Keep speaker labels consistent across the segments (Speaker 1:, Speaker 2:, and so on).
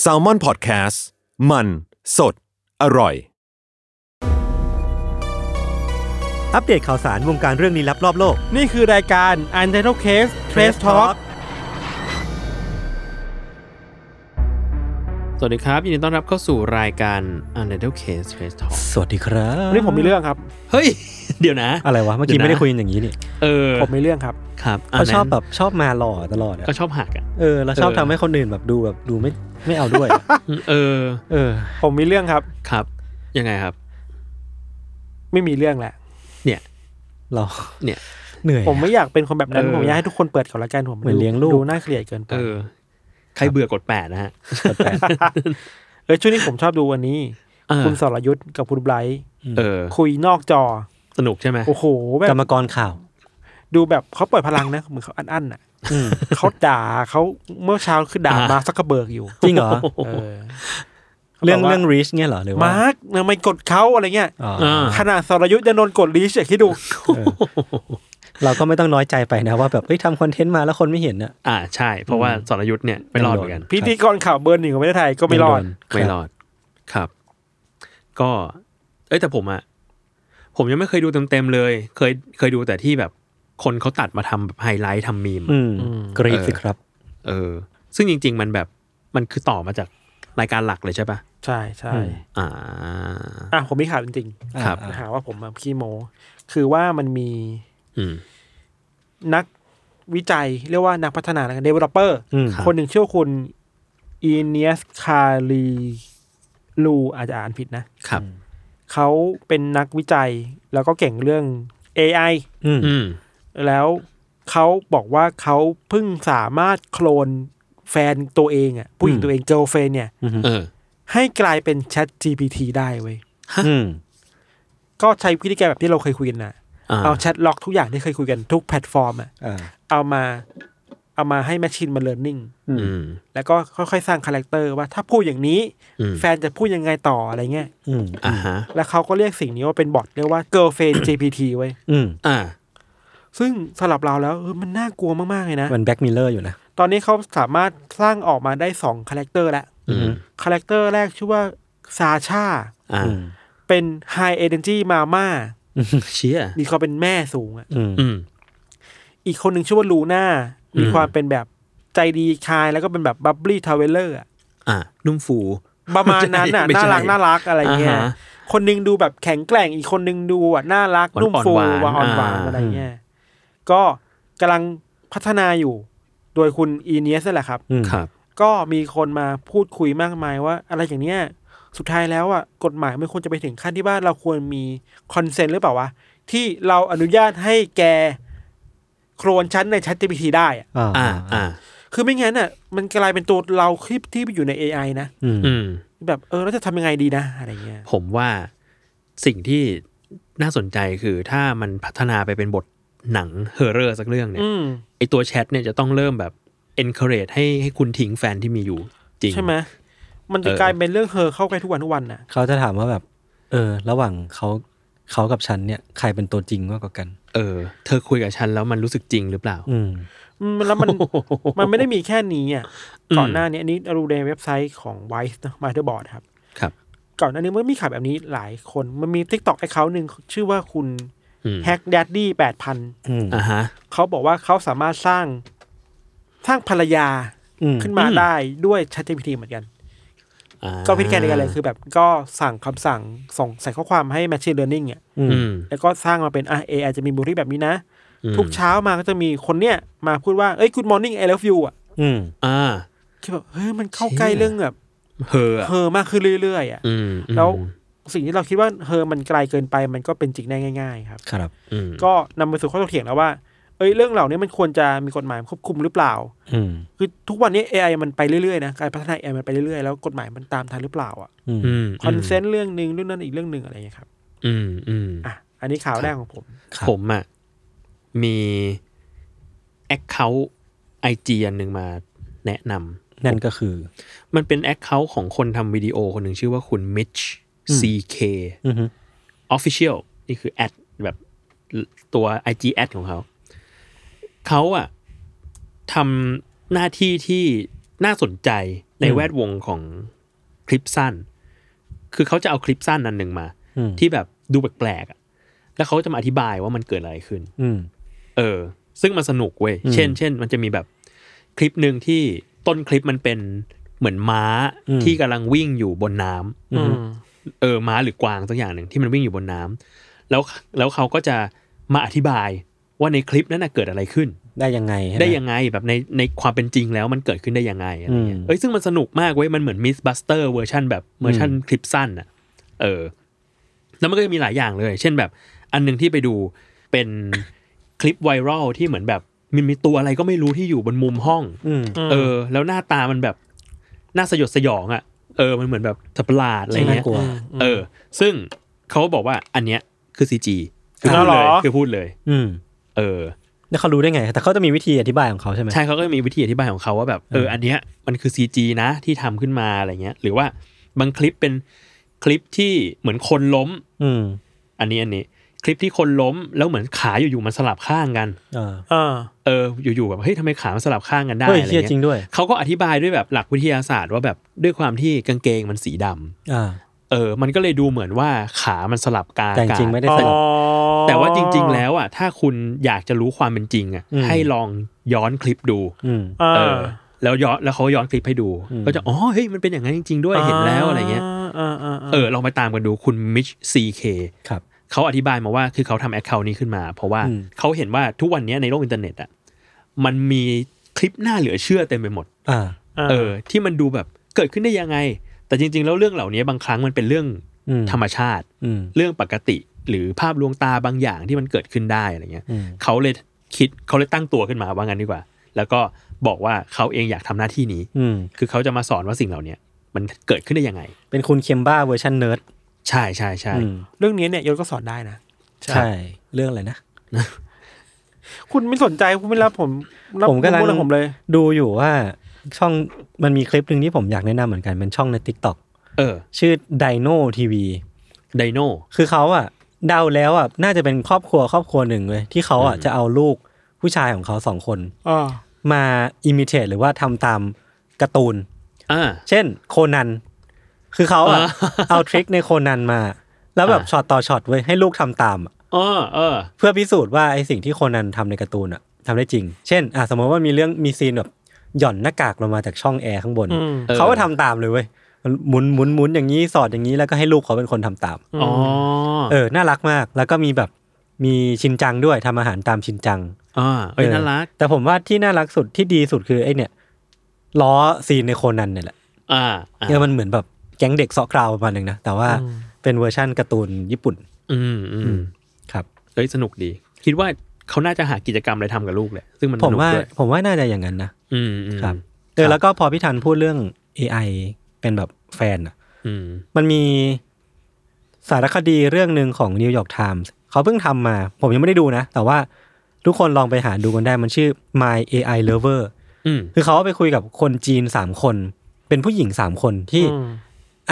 Speaker 1: แซลมอนพอดแคสต์มันสดอร่อย
Speaker 2: อัปเดตข่าวสารวงการเรื่องลี้ลับรอบโลก
Speaker 3: นี่คือรายการ u n t i t l e d Case Trace Talk สวัสดีครับ ยินดีต้อนรับเข้าสู่รายการ u n t i t l e d Case Trace Talk
Speaker 2: สวัสดีครับ
Speaker 3: วันนี้ผมมีเรื่องครับ เฮ้ย เดี๋ยวนะ
Speaker 2: อะไรวะ เมื่อกี้ไม่ได้คุยกันอย่างนี้นี่
Speaker 3: เออ
Speaker 4: ผมมีเรื่องครับ
Speaker 3: ครับะ
Speaker 2: เขาชอบ
Speaker 3: นั้น
Speaker 2: แบบชอบมาหล่อตลอดอะ
Speaker 3: ก็ชอบหักอ่ะ
Speaker 2: เออแล้วชอบ
Speaker 3: เออ
Speaker 2: ทำให้คนอื่นแบบดูแบบดูไม่ไม่เอา ด้วยอะ
Speaker 3: เออ
Speaker 2: เออ
Speaker 4: ผมมีเรื่องครับ
Speaker 3: ครับ ยังไงครับ
Speaker 4: ไม่มีเรื่องแหละ
Speaker 3: เนี่ย
Speaker 2: เรา
Speaker 3: เนี่ย
Speaker 2: เหนื่อยอะ
Speaker 4: ผมไม่อยากเป็นคนแบบนั้น
Speaker 3: เออ
Speaker 4: ผมอยากให้ทุกคนเปิดเขาละกันผม
Speaker 2: เหมือนเลี้ยงลูก
Speaker 4: ดูน่าเกลียดเกินไป
Speaker 3: เออ ใครเบื่อกดแปดนะฮะ
Speaker 2: แปลก
Speaker 4: เออช่วงนี้ผมชอบดูอันนี้
Speaker 3: เออ
Speaker 4: คุณสรยุทธ์กับคุณไบรท์
Speaker 3: เออ
Speaker 4: คุยนอกจอ
Speaker 3: สนุกใช่ไหม
Speaker 4: โอ้โหแบ
Speaker 2: ๆกร
Speaker 4: บ
Speaker 2: รมกรข่าว
Speaker 4: ดูแบบเขาปล่อยพลังนะ เหมือนเขาอันอั้นอ่ะ
Speaker 2: อืม
Speaker 4: เขาด่าเขาเมื่อเช้าคือด่ามาร์คซักกระเบิร์กอยู่
Speaker 2: จริงเหรอ
Speaker 4: เออ
Speaker 2: เรื่อง
Speaker 4: ขาบกว่า
Speaker 2: เรื่องรีชเนี่ยเหรอหรือว่า
Speaker 4: มาร์คทำไมกดเขาอะไรเงี้ย
Speaker 2: อ๋อ
Speaker 3: อ่า
Speaker 4: ขนาดสรยุทธ์ยังโดนกดลีชอย่างที่ดู
Speaker 2: เออเราก็ไม่ต้องน้อยใจไปนะว่าแบบเอ้ยทำคอนเทนต์มาแล้วคนไม่เห็นอะ
Speaker 3: อ่าใช่ เพราะว่าสรยุทธ์เนี่ยไม่รอดเหมือนกัน
Speaker 4: พิธีกรข่าวเบอร์หนึ่งของประเทศไทยก็ไม่รอด
Speaker 3: ไม่รอดครับ ก็ เอ้ยแต่ผมอะผมยังไม่เคยดูเต็มๆเลย เคยเคยดูแต่ที่แบบคนเขาตัดมาทำแบบไฮไลท์ทำมีมอะ
Speaker 2: อืม
Speaker 4: อืม
Speaker 2: กรีด
Speaker 3: เออ
Speaker 2: สิครับ
Speaker 3: เออ ซึ่งจริง ๆ มันแบบมันคือต่อมาจากรายการหลักเลยใช่ปะ
Speaker 4: ใช่ใช่
Speaker 2: อืม
Speaker 3: อ่า
Speaker 4: อ่ะผมมีข่าวจริงๆ
Speaker 3: ครับ
Speaker 2: อ่า
Speaker 4: หาว่าผมแบบขี้โม คือว่ามันมี
Speaker 3: อืม
Speaker 4: นักวิจัยเรียกว่านักพัฒนาแล้วกันเดเวลลอปเปอร์
Speaker 2: อืม
Speaker 3: ครับ
Speaker 4: คนหนึ่งชื่อว่าคุณอีเนียสคารีลูอาจจะอ่านผิดนะ
Speaker 3: ครับ
Speaker 4: เขาเป็นนักวิจัยแล้วก็เก่งเรื่อง AI
Speaker 2: อืม
Speaker 3: อืม
Speaker 4: แล้วเขาบอกว่าเขาเพิ่งสามารถโคลนแฟนตัวเองอ่ะผู้หญิงตัวเองเกิลเฟนเนี่ย
Speaker 3: เออ
Speaker 4: ให้กลายเป็น Chat GPT ได้เว้ย
Speaker 2: อืม
Speaker 4: ก็ใช้วิธีการแบบที่เราเคยคุยกันนะ
Speaker 3: อ่า
Speaker 4: เอาแชทล็อกทุกอย่างที่เคยคุยกันทุกแพลตฟอร์มอ่ะ
Speaker 2: อ่า
Speaker 4: เอามาเอามาให้แมชชีนมาเลิร์นนิ่ง
Speaker 3: อืม
Speaker 4: แล้วก็ค่อยๆ สร้างคาแรคเตอร์ว่าถ้าพูดอย่างนี้
Speaker 3: อืม
Speaker 4: แฟนจะพูดยังไงต่ออะไรเงี้ย
Speaker 2: อืม
Speaker 3: อ่าฮะ
Speaker 4: แล้วเขาก็เรียกสิ่งนี้ว่าเป็นบอทเรียกว่า girlfriend GPT ไว้ย
Speaker 2: อืม
Speaker 3: อ่า
Speaker 4: ซึ่งสำหรับเราแล้วเออมันน่ากลัวมากๆเลยนะ
Speaker 2: มันแบ็กมิลเลอร์อยู่นะ
Speaker 4: ตอนนี้เขาสามารถสร้างออกมาได้2คาแรคเตอร์แล้ว
Speaker 3: อืม
Speaker 4: คาแรคเตอร์แรกชื่อว่าซาชา
Speaker 3: อ่า
Speaker 2: อืม
Speaker 4: เป็น High Energy Mama
Speaker 3: เชีย
Speaker 4: มีความเป็นแม่สูงอะ
Speaker 2: อืม
Speaker 3: อืม
Speaker 4: อีกคนหนึ่งชื่อว่าลูน่ามี
Speaker 3: อืม
Speaker 4: ความเป็นแบบใจดีคายแล้วก็เป็นแบบบับบี้ทาวเวลเลอร์
Speaker 3: อ่า นุ่มฟู
Speaker 4: ประมาณนั้นน่ะ
Speaker 3: ไม่ใช่
Speaker 4: น่ารักน่ารักอะไรเงี้ย
Speaker 3: อ่าฮะ
Speaker 4: คนหนึงดูแบบแข็งแกร่งอีกคนหนึงดูอ่ะน่ารัก
Speaker 3: อ่อนๆ
Speaker 4: นุ่มฟู
Speaker 3: หวาน
Speaker 4: ว่าอ่อนหวาน
Speaker 3: อ่า
Speaker 4: อะไรเงี้ยก็กำลังพัฒนาอยู่ โดยคุณอีเนียสนั่นแหละครับ
Speaker 2: อืม
Speaker 3: ครับ
Speaker 4: ก็มีคนมาพูดคุยมากมายว่า อะไรอย่างเนี้ยสุดท้ายแล้วอ่ะกฎหมายไม่ควรจะไปถึงขั้นที่ว่าเราควรมีคอนเซนต์หรือเปล่าวะ ที่เราอนุญาตให้แกโครนชั้นในชั้น GPT ได้อะ
Speaker 2: อ่า
Speaker 3: อ่า อ่า
Speaker 4: คือไม่งั้นน่ะมันกลายเป็นตัวเราคลิปที่ไปอยู่ใน AI นะ
Speaker 2: อืม
Speaker 3: อืม
Speaker 4: แบบเออเราจะทำยังไงดีนะอะไรเงี้ย
Speaker 3: ผมว่าสิ่งที่น่าสนใจคือถ้ามันพัฒนาไปเป็นบทหนังเฮอร์เรอร์สักเรื่องเนี่ย
Speaker 4: อืม
Speaker 3: ไอตัวแชทเนี่ยจะต้องเริ่มแบบ encourage ให้ให้คุณทิ้งแฟนที่มีอยู่จริง
Speaker 4: ใช่ไหมมันจะ
Speaker 3: เออ
Speaker 4: กลายเป็นเรื่องเฮอเข้าใกล้ทุกวันทุกวันน่ะ
Speaker 2: เขาจะถามว่าแบบ เออ ระหว่างเขาเขากับฉันเนี่ย ใครเป็นตัวจริงมากกว่ากัน
Speaker 3: เออ เธอคุยกับฉันแล้วมันรู้สึกจริงหรือเปล่า
Speaker 2: อืม
Speaker 4: อืมแล้วมัน มันไม่ได้มีแค่นี้อ่ะ
Speaker 3: อืม
Speaker 4: ก่อนหน้านี้อันนี้ดูในเว็บไซต์ของ Wise นะ Motherboard ครับ
Speaker 3: ครับ
Speaker 4: ก่อนหน้านี้มันมีข่าวแบบนี้หลายคน มันมี TikTok ไอ้เขาหนึ่งชื่อว่าคุณ
Speaker 3: อืม
Speaker 4: Hack Daddy
Speaker 2: อืม
Speaker 4: 8000
Speaker 3: อ่าฮะ
Speaker 4: เขาบอกว่าเขาสามารถสร้างสร้างภรรยา
Speaker 2: อืม
Speaker 4: ขึ้นมา
Speaker 3: อืม
Speaker 4: ได้ด้วย ChatGPT เหมือนกัน
Speaker 3: อ่า
Speaker 4: ก็พิธีการเดียวกันเลยคือแบบก็สั่งคำสั่งส่งใส่ข้อความให้ Machine Learning เนี่ย
Speaker 2: อืม
Speaker 3: อืม
Speaker 4: แล้วก็สร้างมาเป็นอ่ะ AI จะมีบุคลิกแบบนี้นะ
Speaker 3: อืม
Speaker 4: ทุกเช้ามาก็จะมีคนเนี่ยมาพูดว่า เอ้ย Good morning I love you อ่ะ
Speaker 2: อืม
Speaker 3: อ่า
Speaker 4: คือแบบเฮ้ยมันเข้า
Speaker 3: เชี่ย
Speaker 4: ใกล้เรื่องแบบ
Speaker 3: เฮออะ
Speaker 4: เฮอมากขึ้นเรื่อยๆอ่ะ
Speaker 3: อืมอืม
Speaker 4: แล้ว สิ่งที่เราคิดว่าเฮอมันไกลเกินไปมันก็เป็นจริงได้ง่าย ๆ ครับ
Speaker 2: ครับ
Speaker 3: อืม
Speaker 4: ก็นำไปสู่ข้อถกเถียงแล้วว่า เอ้ยเรื่องเหล่านี้มันควรจะมีกฎหมายควบคุมหรือเปล่า
Speaker 2: อืม
Speaker 4: คือทุกวันนี้ AI มันไปเรื่อยๆนะการพัฒนา AI มันไปเรื่อยๆแล้วกฎหมายมันตามทันหรือเปล่าอ่ะ
Speaker 2: อืม
Speaker 3: อืม
Speaker 4: คอนเซนต์เรื่องหนึ่งเรื่องนั้นอีกเรื่องหนึ่งอะไรอย่างเงี้ยครับ
Speaker 3: อืมอืม
Speaker 4: อ่ะอันนี้ข่าวแรกของผม
Speaker 2: ครับ
Speaker 3: ผมอะมีแอคเคาท์ไอจีอันหนึ่งมาแนะน
Speaker 2: นั่นก็คือ
Speaker 3: ำมันเป็นแอคเคาท์ของคนทำวิดีโอคนหนึ่งชื่อว่าคุณมิช CK
Speaker 2: อือฮึ
Speaker 3: Official นี่คือแอดแบบตัว IG แอดของเขา เขาอะทำหน้าที่ที่น่าสนใจใน
Speaker 2: อืม
Speaker 3: แวดวงของคลิปสั้น คือเขาจะเอาคลิปสั้นนันหนึ่งมา
Speaker 2: อืม
Speaker 3: ที่แบบดูแปลกๆอะแล้วเขาจะมาอธิบายว่ามันเกิดอะไรขึ้น
Speaker 2: อืม
Speaker 3: เออ ซึ่งมันสนุกเว้ย
Speaker 2: อืม
Speaker 3: เช่น เช่น มันจะมีแบบคลิปหนึ่งที่ต้นคลิปมันเป็นเหมือนม้าที่กำลังวิ่งอยู่บนน้ำ
Speaker 2: อืม
Speaker 3: เออ ม้าหรือกวางสักอย่างหนึ่งที่มันวิ่งอยู่บนน้ำแล้ว แล้วเขาก็จะมาอธิบายว่าในคลิปนั้นนะเกิดอะไรขึ้น
Speaker 2: ได้ยังไงใช่หม
Speaker 3: ได้ยังไงแบบในในความเป็นจริงแล้วมันเกิดขึ้นได้ยังไงอะไรเงี้ย
Speaker 2: อืม
Speaker 3: เอ้ยซึ่งมันสนุกมากเว้ยมันเหมือนมิสบัสเตอร์เวอร์ชันแบบเวอร์ชันคลิปสั้นอะเออ แล้วมันก็จะมีหลายอย่างเลย เช่นแบบ อันหนึงที่ไปดูเป็นคลิปไวรัลที่เหมือนแบบมีมีตัวอะไรก็ไม่รู้ที่อยู่บนมุมห้อง
Speaker 2: อืม
Speaker 3: เออ แล้วหน้าตามันแบบน่าสยดสยองอะเออ มันเหมือนแบบสัตว์ประหลาดอะไร
Speaker 2: ใช่น่า
Speaker 3: เงี้ย
Speaker 2: กลัว
Speaker 3: เออ ซึ่งเขาบอกว่าอันเนี้ยคือซีจีคือ
Speaker 4: อ้า
Speaker 3: พูด
Speaker 4: วเหร
Speaker 3: เล
Speaker 4: อ
Speaker 3: ยคือพูดเลย
Speaker 2: อืม
Speaker 3: เออ
Speaker 2: แล้วเขารู้ได้ไง แต่เขาจะมีวิธีอธิบายของเขาใช่ไหม
Speaker 3: ใช่เขาก็มีวิธีอธิบายของเขาว่าแบบเอออันเนี้ยมันคือ CG นะที่ทำขึ้นมาอะไรเงี้ย หรือว่าบางคลิปเป็นคลิปที่เหมือนคนล้ม
Speaker 2: อืม
Speaker 3: อันนี้อันนี้ คลิปที่คนล้มแล้วเหมือนขาอยู่ๆมันสลับข้างกัน
Speaker 2: เออ
Speaker 4: อ่า
Speaker 3: เอออยู่ๆแบบเฮ้ยทำไมขามันสลับข้างกันได้
Speaker 2: เฮ้ย
Speaker 3: อะไร
Speaker 2: เชี่ยจริ
Speaker 3: เงี้ย
Speaker 2: งด้วย
Speaker 3: เขาก็อธิบายด้วยแบบหลักวิทยาศาสตร์ว่าแบบด้วยความที่กางเกงมันสีดำ
Speaker 2: อ่า
Speaker 3: เออ มันก็เลยดูเหมือนว่าขามันสลับกา
Speaker 2: แต่จริงๆไม่ได้สลับ
Speaker 3: แต่ว่าจริง ๆ แล้วอ่ะถ้าคุณอยากจะรู้ความเป็นจริงอ่ะ
Speaker 2: อืม
Speaker 3: ให้ลองย้อนคลิปดู
Speaker 2: อืม
Speaker 4: อ่า
Speaker 3: เออแล้วย้อนแล้วเขาย้อนคลิปให้ดู
Speaker 2: อืม
Speaker 3: ก็จะอ๋อเฮ้ยมันเป็นอย่างนั้นจริง ๆ ด้วยเห็นแล้วอะไรเงี้ย
Speaker 4: อ่าอ่าา
Speaker 3: เออลองไปตามกันดูคุณมิชซีเค
Speaker 2: ครับ
Speaker 3: เขาอธิบายมาว่าคือเขาทำแอคเคาท์นี้ขึ้นมา เพราะว่า
Speaker 2: อืม
Speaker 3: เขาเห็นว่าทุกวันเนี้ยในโลกอินเทอร์เน็ตอ่ะมันมีคลิปน่าเหลือเชื่อเต็มไปหมด
Speaker 2: อ่า
Speaker 4: า
Speaker 3: เออที่มันดูแบบเกิดขึ้นได้ยังไง แต่จริง ๆ แล้วเรื่องเหล่านี้บางครั้งมันเป็นเรื่อง
Speaker 2: อืม
Speaker 3: ธรรมชาติ
Speaker 2: อืม
Speaker 3: เรื่องปกติ หรือภาพลวงตาบางอย่างที่มันเกิดขึ้นได้อะไรเงี้ย
Speaker 2: อืม
Speaker 3: เขาเลยคิดเขาเลยตั้งตัวขึ้นมาว่างั้นดีกว่า แล้วก็บอกว่าเขาเองอยากทำหน้าที่นี้
Speaker 2: อืม
Speaker 3: คือเขาจะมาสอนว่าสิ่งเหล่าเนี้ยมันเกิดขึ้นได้ยังไง
Speaker 2: เป็นคุณเคมบ้าเวอร์ชันเนิร์ด
Speaker 3: ใช่ใช่ใช่
Speaker 2: อืม
Speaker 4: เรื่องนี้เนี่ยยศก็สอนได้นะ
Speaker 2: ใช่เรื่องอะไรนะ
Speaker 4: คุณไม่สนใจคุณไม่รับผมรับ
Speaker 2: ผมกำลัง
Speaker 4: รู้เรื่องผมเลย
Speaker 2: ดูอยู่ว่าช่องมันมีคลิปหนึ่งที่ผมอยากแนะนำเหมือนกัน เป็นช่องใน t ิ k t o k
Speaker 3: เออ
Speaker 2: ชื่อ Dino TV
Speaker 3: ไดโน
Speaker 2: คือเขาอะเดาแล้วอะน่าจะเป็นครอบครัวครอบครัวหนึ่งเลยที่เขาอะจะเอาลูกผู้ชายของเขาสองคน
Speaker 4: อ่า
Speaker 2: มาอิมิเ e หรือว่าทำตามการ์ตูน
Speaker 3: อ่า
Speaker 2: เช่นโคนัน คือเขาอะ
Speaker 3: อ่า
Speaker 2: เอาทริคในโคนันมา แล้วแบบ
Speaker 3: อ่า
Speaker 2: ช็อตต่อช็อตเว้ยให้ลูกทำตามอะ
Speaker 3: เออเออ
Speaker 2: เพื่อพิสูจน์ว่าไอสิ่งที่โคนันทำในการ์ตูนอะทำได้จริง เช่นอ่ะสมมติว่ามีเรื่องมีซีนแบบหย่อนหน้ากากลงมาจากช่องแอร์ข้างบน
Speaker 4: อืม
Speaker 3: เออ
Speaker 2: เขาก็ทำตามเลยเว้ยหมุนหมุนหมุนอย่างนี้สอดอย่างนี้แล้วก็ให้ลูกเขาเป็นคนทำตาม
Speaker 3: อ๋อ
Speaker 2: เออ น่ารักมาก แล้วก็มีแบบมีชินจังด้วยทำอาหารตามชินจัง
Speaker 3: อ่าเอ้ยน่ารัก
Speaker 2: แต่ผมว่าที่น่ารักสุดที่ดีสุดคือไอเนี่ยล้อซีนในโคนันเนี่ยแหละ
Speaker 3: อ่าอ่า
Speaker 2: เนี่ยมันเหมือนแบบแก๊งเด็กซอกคราวประมาณหนึ่งนะ แต่ว่าเป็นเวอร์ชั่นการ์ตูนญี่ปุ่น
Speaker 3: อืมอืม
Speaker 2: ครับ
Speaker 3: เอ้ยสนุกดี คิดว่าเขาน่าจะหากิจกรรมอะไรทำกับลูกแหละซึ่งมัน
Speaker 2: ผ
Speaker 3: ส
Speaker 2: ม
Speaker 3: นุก
Speaker 2: ว่า
Speaker 3: ด้วย
Speaker 2: ผมว่าน่าจะอย่างนั้นนะ
Speaker 3: อืมอืม
Speaker 2: ครับเออแล้วก็พอพี่ธันพูดเรื่อง AI เป็นแบบแฟนอะ
Speaker 3: อืม
Speaker 2: มันมีสารคดีเรื่องหนึ่งของนิวยอร์กไทมส์เขาเพิ่งทำมา ผมยังไม่ได้ดูนะ แต่ว่าทุกคนลองไปหาดูกันได้มันชื่อ My AI Lover
Speaker 3: อืม
Speaker 2: คือเขาไปคุยกับคนจีน 3 คน เป็นผู้หญิง 3 คนที่
Speaker 4: อืม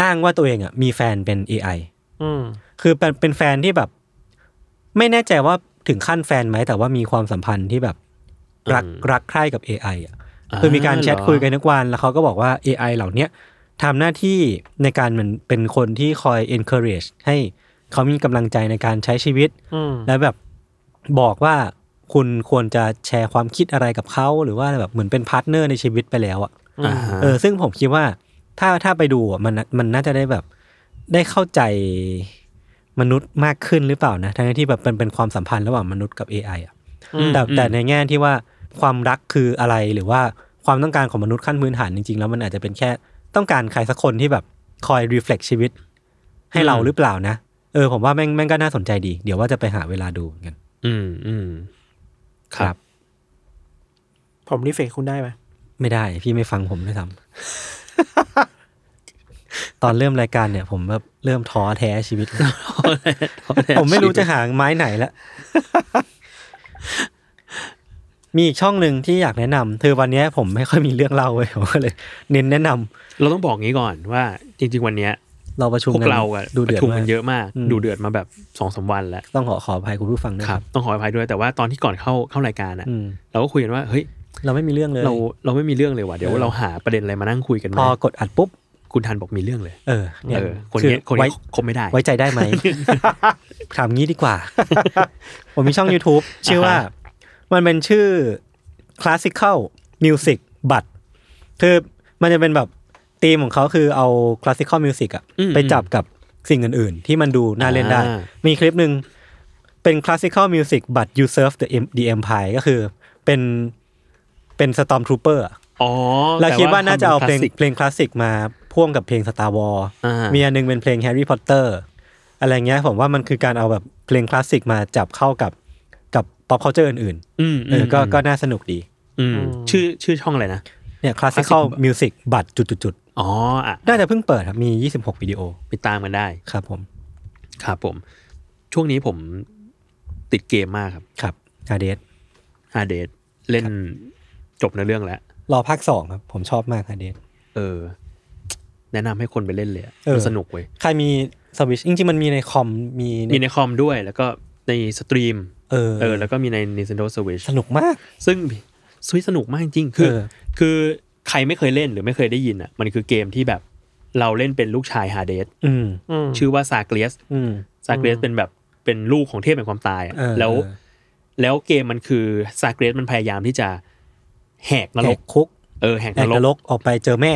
Speaker 2: อ้างว่าตัวเองอ่ะมีแฟนเป็น AI
Speaker 4: อืม
Speaker 2: คือเป็นเป็นแฟนที่แบบ ไม่แน่ใจว่าถึงขั้นแฟนไหม แต่ว่ามีความสัมพันธ์ที่แบบรักรักใคร่กับ AI อ่ะ คือมีการแชทคุยกันทุกวัน แล้วเขาก็บอกว่า AI เหล่าเนี้ยทำหน้าที่ในการเหมือนเป็นคนที่คอย encourage ให้เขามีกำลังใจในการใช้ชีวิต
Speaker 4: อืม
Speaker 2: และแบบบอกว่าคุณควรจะแชร์ความคิดอะไรกับเขา หรือว่าแบบเหมือนเป็นพาร์ทเนอร์ในชีวิตไปแล้วอะ
Speaker 3: อ่าฮะ
Speaker 2: เออซึ่งผมคิดว่าถ้าถ้าไปดูอ่ะมันมันน่าจะได้แบบได้เข้าใจมนุษย์มากขึ้นหรือเปล่านะทั้งที่แบบเป็นเป็นความสัมพันธ์ระหว่างมนุษย์กับ AI อ่ะแต่แต่ในแง่ที่ว่าความรักคืออะไรหรือว่าความต้องการของมนุษย์ขั้นพื้นฐานจริงๆ แล้วมันอาจจะเป็นแค่ต้องการใครสักคนที่แบบคอยรีเฟล็กชีวิต ให้เราหรือเปล่านะ เออผมว่าแม่งแม่งก็น่าสนใจดี เดี๋ยวว่าจะไปหาเวลาดูเหมือนกัน
Speaker 3: อืมอืมครับ
Speaker 4: ผมรีเฟกคุณได้ไหม
Speaker 2: ไม่ได้ พี่ไม่ฟังผมด้วยซ้ ำ ตอนเริ่มรายการเนี่ย ผมแบบเริ่มท้อแท้ชีวิต ผมไม่รู้จะหาไม้ไหน ละ มีอีกช่องหนึ่งที่อยากแนะนำคือวันเนี้ยผมไม่ค่อยมีเรื่องเล่าเว้ยผมก็เลย เน้นแนะน
Speaker 3: เราต้องบอกงี้ก่อนว่า จริง ๆ วันเนี้ย
Speaker 2: ำเราประชุม
Speaker 3: พว
Speaker 2: กั
Speaker 3: กเราอะ
Speaker 2: ดู
Speaker 3: ป
Speaker 2: เดือด
Speaker 3: ระชุม
Speaker 2: มา
Speaker 3: กัน
Speaker 2: ก
Speaker 3: เยอะมาก
Speaker 2: อืม
Speaker 3: ดูเดือดมาแบบสองสามวันแล้ว
Speaker 2: ต้องขอขออภัยคุณผู้ฟังด้วย
Speaker 3: ครับ ต้องขออภัยด้วยแต่ว่าตอนที่ก่อนเข้าเข้ารายการอะ
Speaker 2: อืม
Speaker 3: เราก็คุยกันว่าเฮ้ย
Speaker 2: เราไม่มีเรื่องเลย
Speaker 3: เราเราไม่มีเรื่องเลยว่ะเดี๋ยวเราหาประเด็นอะไรมานั่งคุยกันไหม
Speaker 2: พอกดอัดปุ๊บ
Speaker 3: คุณทันบอกมีเรื่องเลย
Speaker 2: เออ เนี่ย
Speaker 3: เออ คนเนี้ย
Speaker 2: อ
Speaker 3: คน
Speaker 2: ไว้
Speaker 3: เนี้ยคบไม่ได้
Speaker 2: ไว้ใจได้ไหม ถามงี้ดีกว่า ผมมีช่อง YouTube ชื่อว่า มันเป็นชื่อ classical music บัตคือมันจะเป็นแบบธีมของเขาคือเอา classical music อะ
Speaker 3: อืม
Speaker 2: ไปจับกับสิ่งอื่นๆ ที่มันดูน่าเล่นได้
Speaker 3: อ่า
Speaker 2: มีคลิปหนึ่งเป็น classical music บัต you serve the em- the empire ก็คือเป็นเป็น stormtrooper อะ
Speaker 3: อ๋อ
Speaker 2: เราคิดว่าน่าจะเอาเพลง
Speaker 3: แต่ว่ทำป็น
Speaker 2: เพลง
Speaker 3: คลสสิก
Speaker 2: คลาสสิกมาพ่วงกับเพลง Star War
Speaker 3: อ่ามี
Speaker 2: มีอันหนึงเป็นเพลง Harry Potter อะไรเงี้ยผมว่ามันคือการเอาแบบเพลงคลาสสิกมาจับเข้ากับกับ pop culture อื่น
Speaker 3: อืม
Speaker 2: ๆเอ
Speaker 3: อื
Speaker 2: อ
Speaker 3: ม
Speaker 2: ก็ก็น่าสนุกดี
Speaker 3: อืมชื่อชื่อช่องอะไรนะ
Speaker 2: เนี่ย classical
Speaker 3: Classic
Speaker 2: music บัตรจุด
Speaker 3: อ๋ออ่ะ
Speaker 2: ๆน่าจะเพิ่งเปิดครับมี 26 วิดีโอ
Speaker 3: ไปตามกันได้
Speaker 2: ครับผม
Speaker 3: ครับผม ช่วงนี้ผมติดเกมมากครับ
Speaker 2: ครับอาเดส
Speaker 3: ฮาเดทเล่นจบในอเรื่องแล้ว
Speaker 2: รอภาคสองครับ ผมชอบมากอาเดส
Speaker 3: เออ แนะนำให้คนไปเล่นเลยอะ
Speaker 2: เออ
Speaker 3: มันสนุกเว้ย
Speaker 2: ใครมีสวิชจริงๆมันมีในคอมมีใน
Speaker 3: มีในคอมด้วยแล้วก็ในสตรีม
Speaker 2: เออ
Speaker 3: เออ แล้วก็มีใน Nintendo Switch
Speaker 2: สนุกมาก
Speaker 3: ซึ่งสวิตสนุกมากจริงๆคือ
Speaker 2: เออ
Speaker 3: คือใครไม่เคยเล่นหรือไม่เคยได้ยินอ่ะ มันคือเกมที่แบบเราเล่นเป็นลูกชายฮาเดส
Speaker 2: อืม
Speaker 3: ชื่อว่าซาเกลียส
Speaker 2: อืม
Speaker 3: ซาเกรสเป็นแบบเป็นลูกของเทพแห่งความตายอะ
Speaker 2: เออ
Speaker 3: แล้ว
Speaker 2: เออ
Speaker 3: แล้วเกมมันคือซาเกรสมันพยายามที่จะแหกน
Speaker 2: แห
Speaker 3: ร
Speaker 2: ก
Speaker 3: ก
Speaker 2: คุก
Speaker 3: เออแหก
Speaker 2: แห
Speaker 3: น
Speaker 2: ก
Speaker 3: ร
Speaker 2: น
Speaker 3: ก
Speaker 2: รกออกไปเจอแม่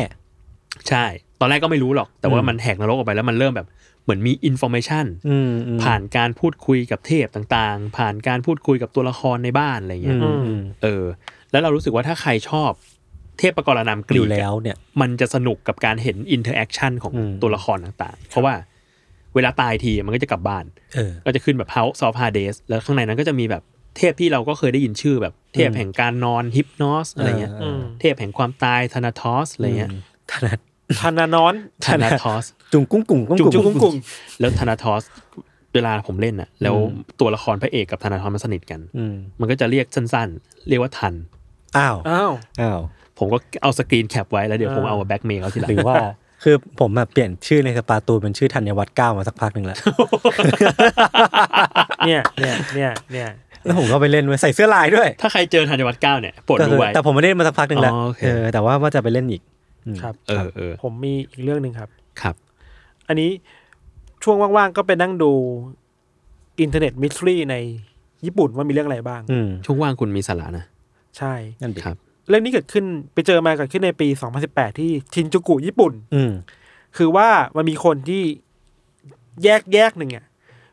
Speaker 3: ใช่ ตอนแรกก็ไม่รู้หรอก แต่ว่ามันแหกนรกออกไปแล้วมันเริ่มแบบเหมือนมีอินโฟเมชัน
Speaker 2: อืมอืม
Speaker 3: ผ่านการพูดคุยกับเทพต่างๆ ผ่านการพูดคุยกับตัวละครในบ้านอะไรเงี้ย
Speaker 2: อืม
Speaker 3: เออ แล้วเรารู้สึกว่าถ้าใครชอบเทพประกรณามก
Speaker 2: อ
Speaker 3: รี
Speaker 2: ยู่
Speaker 3: กอะ
Speaker 2: แล้วเนี่ย
Speaker 3: มันจะสนุกกับการเห็นอินเทอร์แอคชันของ
Speaker 2: อืม
Speaker 3: ตัวละครต่างๆ เพราะว่าเวลาตายทีมันก็จะกลับบ้าน
Speaker 2: เออ
Speaker 3: ก็จะขึ้นแบบ House of Hades แล้วข้างในนั้นก็จะมีแบบเทพที่เราก็เคยได้ยินชื่อแบบเทพแห่งการนอนฮิปนอสอะไรเงี้ย
Speaker 2: เออ
Speaker 3: เทพแห่งความตายธนาทอสอะไรเงี้ย
Speaker 2: ถนัด
Speaker 4: ธนานอน
Speaker 3: ธนาทอส
Speaker 2: จุงกุ้งกุ้งกุ้ง
Speaker 4: จุงกุ้งกุ้ง
Speaker 3: แล้วธนาทอสเวลาผมเล่นน่ะ แล้วตัวละครพระเอกกับธนาทอสมันสนิทกัน
Speaker 2: อืม
Speaker 3: มันก็จะเรียกสั้นๆ เรียกว่าทัน
Speaker 2: อ้าว
Speaker 4: อ้าว
Speaker 2: อ้าว
Speaker 3: ผมก็เอาสกรีนแคปไว้แล้วเดี๋ยวผมเอาแบ็กเมย์เขาทีหลั
Speaker 2: ห
Speaker 3: ง
Speaker 2: รือว่า คือผมอะเปลี่ยนชื่อในสปาตูนเป็นชื่อธัญวัฒน์เก้ามาสักพักหนึ่งแล้ว
Speaker 4: เนี่ยเนี่ยเนี่ยเนี่ย
Speaker 2: แล้วผมก็ไปเล่นไว้ยใส่เสื้อลายด้วย
Speaker 3: ถ้าใครเจอธัญวัฒน์เก้าเนี่ยโปรด
Speaker 2: ก็
Speaker 3: ดู
Speaker 2: คือ
Speaker 3: ไว้
Speaker 2: แต่ผมไม่ได้เล่นมาสักพักหนึ่งแล้ว
Speaker 3: อ๋อโอเค
Speaker 2: เออแต่ว่าว่าจะไปเล่นอีก
Speaker 4: ครับ
Speaker 3: เออเออ
Speaker 4: ผมมีอีกเรื่องหนึ่งครับ
Speaker 3: ครับ
Speaker 4: อันนี้ช่วงว่างๆก็ไปนั่งดูอินเทอร์เน็ตมิสทรีในญี่ปุ่นว่ามีเรื่องอะไรบ้าง
Speaker 2: อืม
Speaker 3: ช่วงว่างคุณมีสาระนะ
Speaker 4: ใช่
Speaker 2: นั่นดิ
Speaker 3: ครับ
Speaker 4: เรื่องนี้เกิดขึ้นไปเจอมาเกิดขึ้นในปี 2018 ที่ชินจูกุญี่ปุ่น
Speaker 2: อืม
Speaker 4: คือว่ามันมีคนที่แยกแยกหนึ่งอ่ะ